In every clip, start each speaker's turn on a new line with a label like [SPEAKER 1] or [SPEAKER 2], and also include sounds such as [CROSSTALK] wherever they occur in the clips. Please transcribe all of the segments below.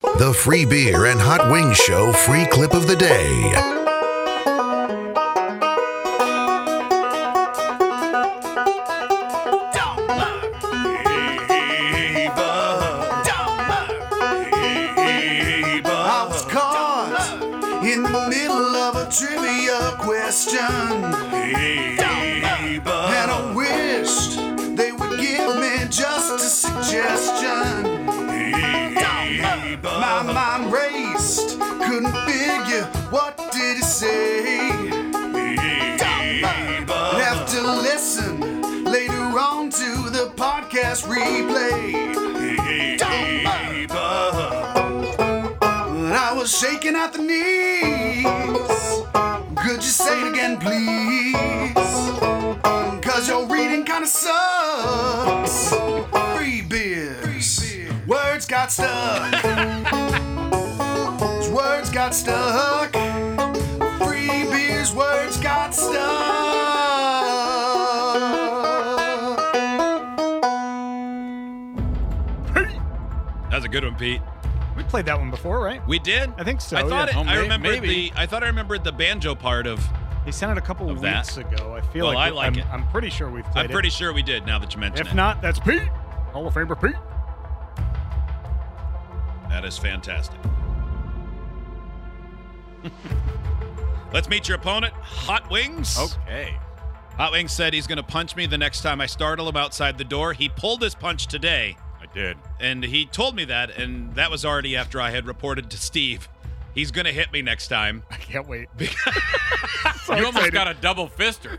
[SPEAKER 1] The Free Beer and Hot Wings Show free clip of the day.
[SPEAKER 2] I was caught in the middle of a trivia question. And I wished they would give me just a suggestion. My mind raced, couldn't figure what did he say. Have to listen later on to the podcast replay. But I was shaking at the knees. Could you say it again, please? Cause your reading kinda sucks. Free beers. Words got stuck. Those words got stuck. Free beers, words got stuck.
[SPEAKER 3] That's a good one, Pete.
[SPEAKER 4] We played that one before, right?
[SPEAKER 3] We did.
[SPEAKER 4] I think so,
[SPEAKER 3] I thought it,
[SPEAKER 4] yeah.
[SPEAKER 5] Oh,
[SPEAKER 3] I
[SPEAKER 5] may-
[SPEAKER 3] remembered
[SPEAKER 5] maybe.
[SPEAKER 3] the. I thought I remembered the banjo part of.
[SPEAKER 4] They sent it a couple
[SPEAKER 3] Of
[SPEAKER 4] of
[SPEAKER 3] that.
[SPEAKER 4] weeks ago. I feel
[SPEAKER 3] Well,
[SPEAKER 4] like,
[SPEAKER 3] I like
[SPEAKER 4] am
[SPEAKER 3] it.
[SPEAKER 4] I'm pretty sure we've played
[SPEAKER 3] I'm pretty
[SPEAKER 4] it.
[SPEAKER 3] sure we did. Now that you mention
[SPEAKER 4] If
[SPEAKER 3] it,
[SPEAKER 4] not, that's Pete, Hall of Famer Pete. [LAUGHS]
[SPEAKER 3] that is fantastic. [LAUGHS] Let's meet your opponent, Hot Wings.
[SPEAKER 5] Okay.
[SPEAKER 3] Hot Wings said he's going to punch me the next time I startle him outside the door. He pulled his punch today,
[SPEAKER 5] I did.
[SPEAKER 3] and he told me that, and that was already after I had reported to Steve. He's going to hit me next
[SPEAKER 5] [LAUGHS]
[SPEAKER 3] time.
[SPEAKER 4] I
[SPEAKER 3] [LAUGHS]
[SPEAKER 4] can't wait.
[SPEAKER 5] you almost got a double fister.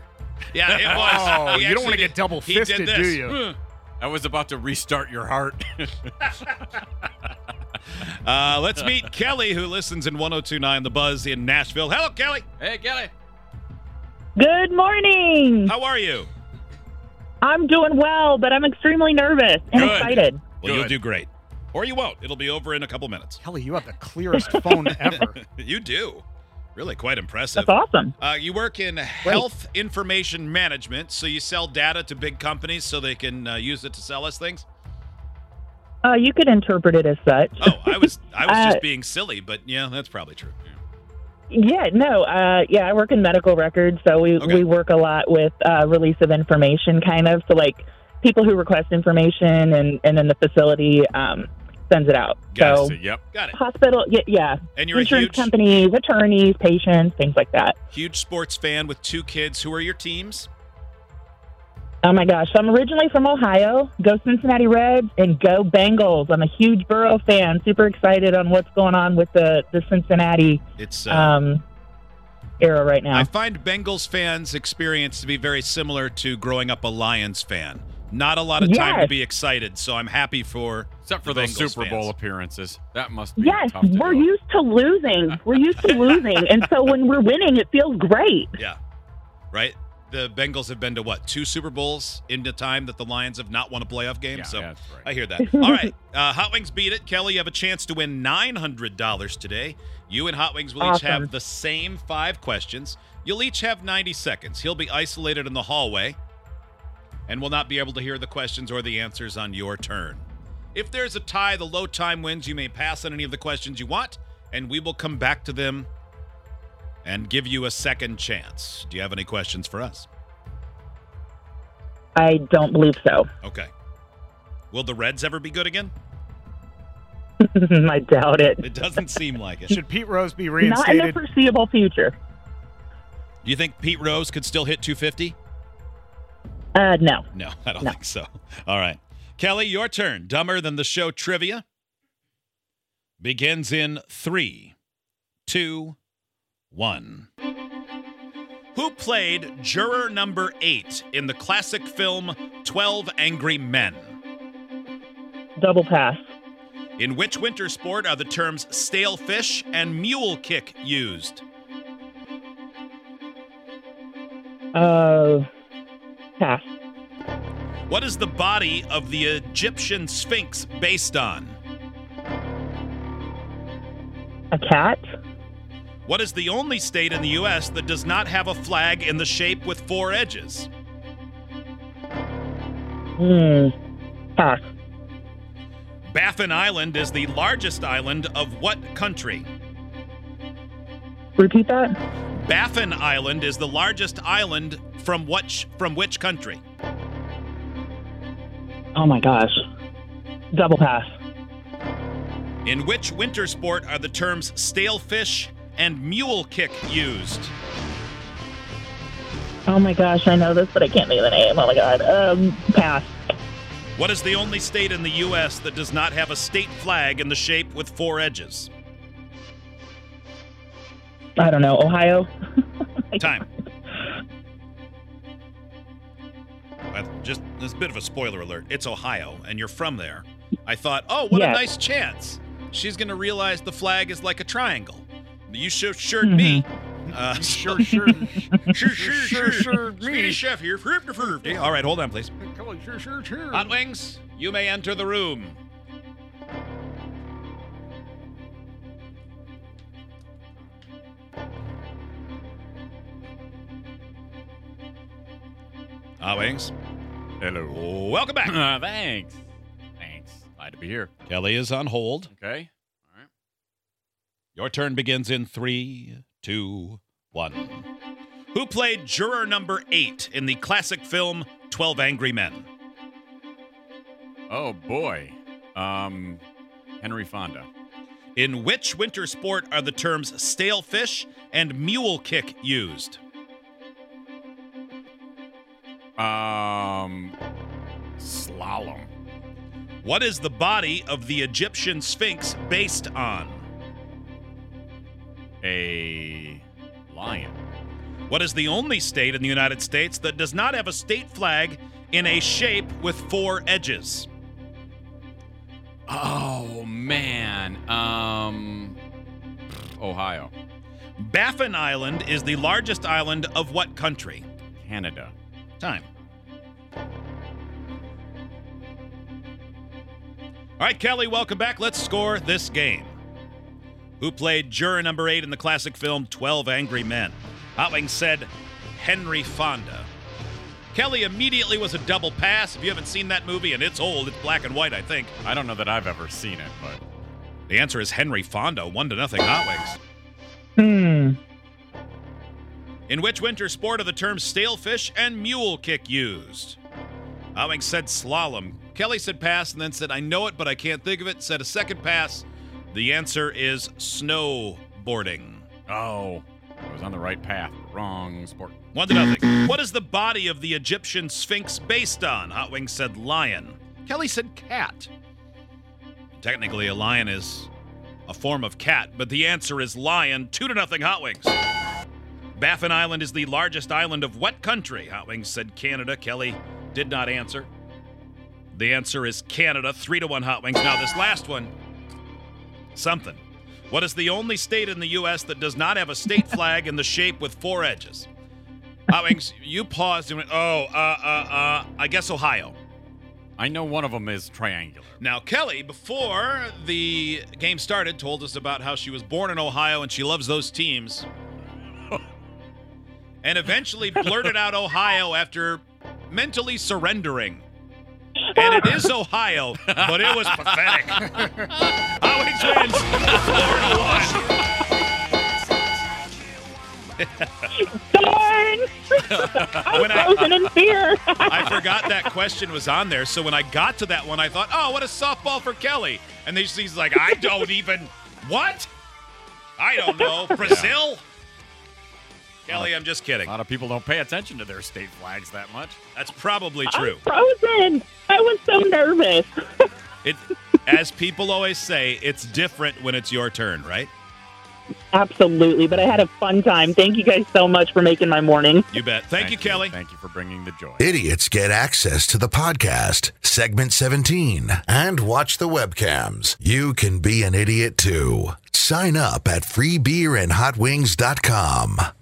[SPEAKER 3] Yeah, it was.
[SPEAKER 4] Oh,
[SPEAKER 3] He
[SPEAKER 4] you
[SPEAKER 3] actually
[SPEAKER 4] don't want to
[SPEAKER 3] did-
[SPEAKER 4] get double
[SPEAKER 3] he did
[SPEAKER 4] fisted,
[SPEAKER 3] this.
[SPEAKER 4] do you?
[SPEAKER 5] I was about to restart your heart. [LAUGHS]
[SPEAKER 3] Uh, let's [LAUGHS] meet Kelly, who listens in 1029 The Buzz in Nashville. Hello, Kelly.
[SPEAKER 5] hey, Kelly.
[SPEAKER 6] Good morning.
[SPEAKER 3] How are you?
[SPEAKER 6] I'm doing well, but I'm extremely nervous and
[SPEAKER 5] Good.
[SPEAKER 6] excited.
[SPEAKER 3] Well, you'll
[SPEAKER 5] Good.
[SPEAKER 3] do great. Or you won't. It'll be over in a couple minutes.
[SPEAKER 4] Kelly, you have the clearest phone
[SPEAKER 3] [LAUGHS]
[SPEAKER 4] ever.
[SPEAKER 3] You do. Really quite impressive.
[SPEAKER 6] That's awesome.
[SPEAKER 3] Uh, you work in health information management, so you sell data to big companies so they can uh, use it to sell us things.
[SPEAKER 6] Uh, you could interpret it as such.
[SPEAKER 3] Oh, I was I was
[SPEAKER 6] Uh,
[SPEAKER 3] just being silly, but yeah, that's probably true.
[SPEAKER 6] Yeah, no, uh, yeah, I work in medical records, so we,
[SPEAKER 3] Okay.
[SPEAKER 6] we work a lot with uh, release of information, kind of. So, like, people who request information and, and then the facility um, sends it out.
[SPEAKER 3] Got
[SPEAKER 6] so,
[SPEAKER 5] So, yep.
[SPEAKER 3] Got it.
[SPEAKER 6] hospital, yeah, yeah
[SPEAKER 3] And you're a
[SPEAKER 6] insurance
[SPEAKER 3] huge
[SPEAKER 6] companies, attorneys, patients, things like that.
[SPEAKER 3] huge sports fan with two kids. Who are your teams?
[SPEAKER 6] Oh my gosh. So I'm originally from Ohio. Go Cincinnati Reds and go Bengals. I'm a huge Burrow fan. Super excited on what's going on with the, the Cincinnati
[SPEAKER 3] It's uh,
[SPEAKER 6] um, era right now.
[SPEAKER 3] I find Bengals fans' experience to be very similar to growing up a Lions fan. Not a lot of time to
[SPEAKER 6] Yes.
[SPEAKER 3] be excited, so I'm happy for
[SPEAKER 5] Except for
[SPEAKER 3] the
[SPEAKER 5] those
[SPEAKER 3] Bengals
[SPEAKER 5] Super Bowl
[SPEAKER 3] fans.
[SPEAKER 5] appearances. That must be
[SPEAKER 6] yes,
[SPEAKER 5] tough to
[SPEAKER 6] we're
[SPEAKER 5] do.
[SPEAKER 6] used to losing. We're used to losing. And so when we're winning, it feels great.
[SPEAKER 3] Yeah. Right? The Bengals have been to what? Two Super Bowls in the time that the Lions have not won a playoff game.
[SPEAKER 5] Yeah,
[SPEAKER 3] so
[SPEAKER 5] that's right.
[SPEAKER 3] [LAUGHS] I hear that. All right. Uh, Hot Wings beat it. Kelly, you have a chance to win $900 today. You and Hot Wings will each
[SPEAKER 6] Awesome.
[SPEAKER 3] have the same five questions. You'll each have 90 seconds. He'll be isolated in the hallway and will not be able to hear the questions or the answers on your turn. If there's a tie, the low time wins. You may pass on any of the questions you want, and we will come back to them and give you a second chance. Do you have any questions for us?
[SPEAKER 6] I don't believe so. [LAUGHS]
[SPEAKER 3] Okay. Will the Reds ever be good again?
[SPEAKER 6] I doubt it.
[SPEAKER 3] It doesn't seem like it.
[SPEAKER 4] [LAUGHS]
[SPEAKER 3] Do
[SPEAKER 4] Should Pete Rose be
[SPEAKER 6] Not in the
[SPEAKER 4] reinstated?
[SPEAKER 6] foreseeable future.
[SPEAKER 3] you think Pete Rose could still hit 250?
[SPEAKER 6] Uh, no.
[SPEAKER 3] No, [LAUGHS] I don't
[SPEAKER 6] No.
[SPEAKER 3] think so. All right. Kelly, your turn. Dumber than the show trivia begins in three, two, one. Who played juror number eight in the classic film 12 Angry Men?
[SPEAKER 6] Double pass.
[SPEAKER 3] In which winter sport are the terms stale fish and mule kick used?
[SPEAKER 6] Uh, pass.
[SPEAKER 3] What is the body of the Egyptian Sphinx based on?
[SPEAKER 6] A cat?
[SPEAKER 3] What is the only state in the U.S. that does not have a flag in the shape with four edges?
[SPEAKER 6] Hmm. Pass.
[SPEAKER 3] Baffin Island is the largest island of what country?
[SPEAKER 6] Repeat that.
[SPEAKER 3] Baffin Island is the largest island from which from which country?
[SPEAKER 6] Oh my gosh. Double pass.
[SPEAKER 3] In which winter sport are the terms stale fish and mule kick used?
[SPEAKER 6] Oh my gosh, I know this, but I can't think of the name. Oh my god. Um, pass.
[SPEAKER 3] What is the only state in the U.S. that does not have a state flag in the shape with four edges?
[SPEAKER 6] I don't know. Ohio.
[SPEAKER 3] Time. Uh, Just this bit of a spoiler alert. It's Ohio, and you're from there. I thought, oh, what a
[SPEAKER 6] Yes.
[SPEAKER 3] nice chance. She's going to realize the flag is like a triangle. You sure sure me. Uh, [LAUGHS]
[SPEAKER 5] Sure, sure.
[SPEAKER 3] sure, sure, sure, sure,
[SPEAKER 4] me.
[SPEAKER 3] Speedy chef here. Fruit to fruit. Yeah, All right, hold on, please.
[SPEAKER 4] Come on, sure, sure, sure.
[SPEAKER 3] Hot wings, you may enter the room. Hot wings.
[SPEAKER 5] Hello.
[SPEAKER 3] Welcome back.
[SPEAKER 5] [CLEARS THROAT] Uh, [LAUGHS] thanks. Thanks. Glad to be here.
[SPEAKER 3] Kelly is on hold.
[SPEAKER 5] Okay.
[SPEAKER 3] Your turn begins in three, two, one. Who played juror number eight in the classic film 12 Angry Men?
[SPEAKER 5] Oh boy. Um, Henry Fonda.
[SPEAKER 3] In which winter sport are the terms stale fish and mule kick used?
[SPEAKER 5] Um, slalom.
[SPEAKER 3] What is the body of the Egyptian Sphinx based on?
[SPEAKER 5] A lion.
[SPEAKER 3] What is the only state in the United States that does not have a state flag in a shape with four edges?
[SPEAKER 5] Oh man. Um, Ohio,
[SPEAKER 3] Baffin Island is the largest island of what country?
[SPEAKER 5] Canada.
[SPEAKER 3] Time. All right, Kelly, welcome back. Let's score this game. Who played juror number eight in the classic film 12 Angry Men? Hot Wings said Henry Fonda. Kelly immediately was a double pass. If you haven't seen that movie, and it's old, it's black and white, I think.
[SPEAKER 5] I don't know that I've ever seen it, but
[SPEAKER 3] The answer is Henry Fonda, one to nothing Hot Wings.
[SPEAKER 6] Hmm.
[SPEAKER 3] In which winter sport are the terms stale fish and mule kick used? Owings said slalom. Kelly said pass and then said, I know it, but I can't think of it. Said a second pass. The answer is snowboarding.
[SPEAKER 5] oh, I was on the right path. Wrong sport.
[SPEAKER 3] One to nothing. What is the body of the Egyptian Sphinx based on? Hot Wings said lion. Kelly said cat. Technically, a lion is a form of cat, but the answer is lion. Two to nothing, Hot Wings. Baffin Island is the largest island of what country? Hot Wings said Canada. Kelly did not answer. The answer is Canada. Three to one, Hot Wings. Now, this last one something. What is the only state in the U.S. that does not have a state flag in the shape with four edges? Hot Wings, you paused and went, oh, uh, uh, uh, I guess Ohio.
[SPEAKER 5] I know one of them
[SPEAKER 3] [LAUGHS]
[SPEAKER 5] is triangular.
[SPEAKER 3] Now, Kelly, before the game started, told us about how she was born in Ohio and she loves those teams. and eventually blurted out Ohio after mentally surrendering. And it is Ohio, but it was pathetic. Owings wins four to one.
[SPEAKER 6] Darn!
[SPEAKER 3] When I-
[SPEAKER 6] Frozen in fear. [LAUGHS]
[SPEAKER 3] I forgot that question was on there. So when I got to that one, I thought, oh, what a softball for Kelly. And then she's like, I don't even. What? I don't [LAUGHS] know. Brazil? Kelly, I'm just
[SPEAKER 5] A
[SPEAKER 3] kidding.
[SPEAKER 5] lot of people don't pay attention to their state flags that much.
[SPEAKER 3] That's probably true.
[SPEAKER 6] Frozen. I was so nervous.
[SPEAKER 3] It, as people always say, it's different when it's your turn, right?
[SPEAKER 6] Absolutely, but I had a fun time. Thank you guys so much for making my morning.
[SPEAKER 3] You bet. Thank, you, Kelly.
[SPEAKER 5] Thank you for bringing the joy.
[SPEAKER 1] Idiots get access to the podcast, segment 17, and watch the webcams. You can be an idiot too. Sign up at freebeerandhotwings.com.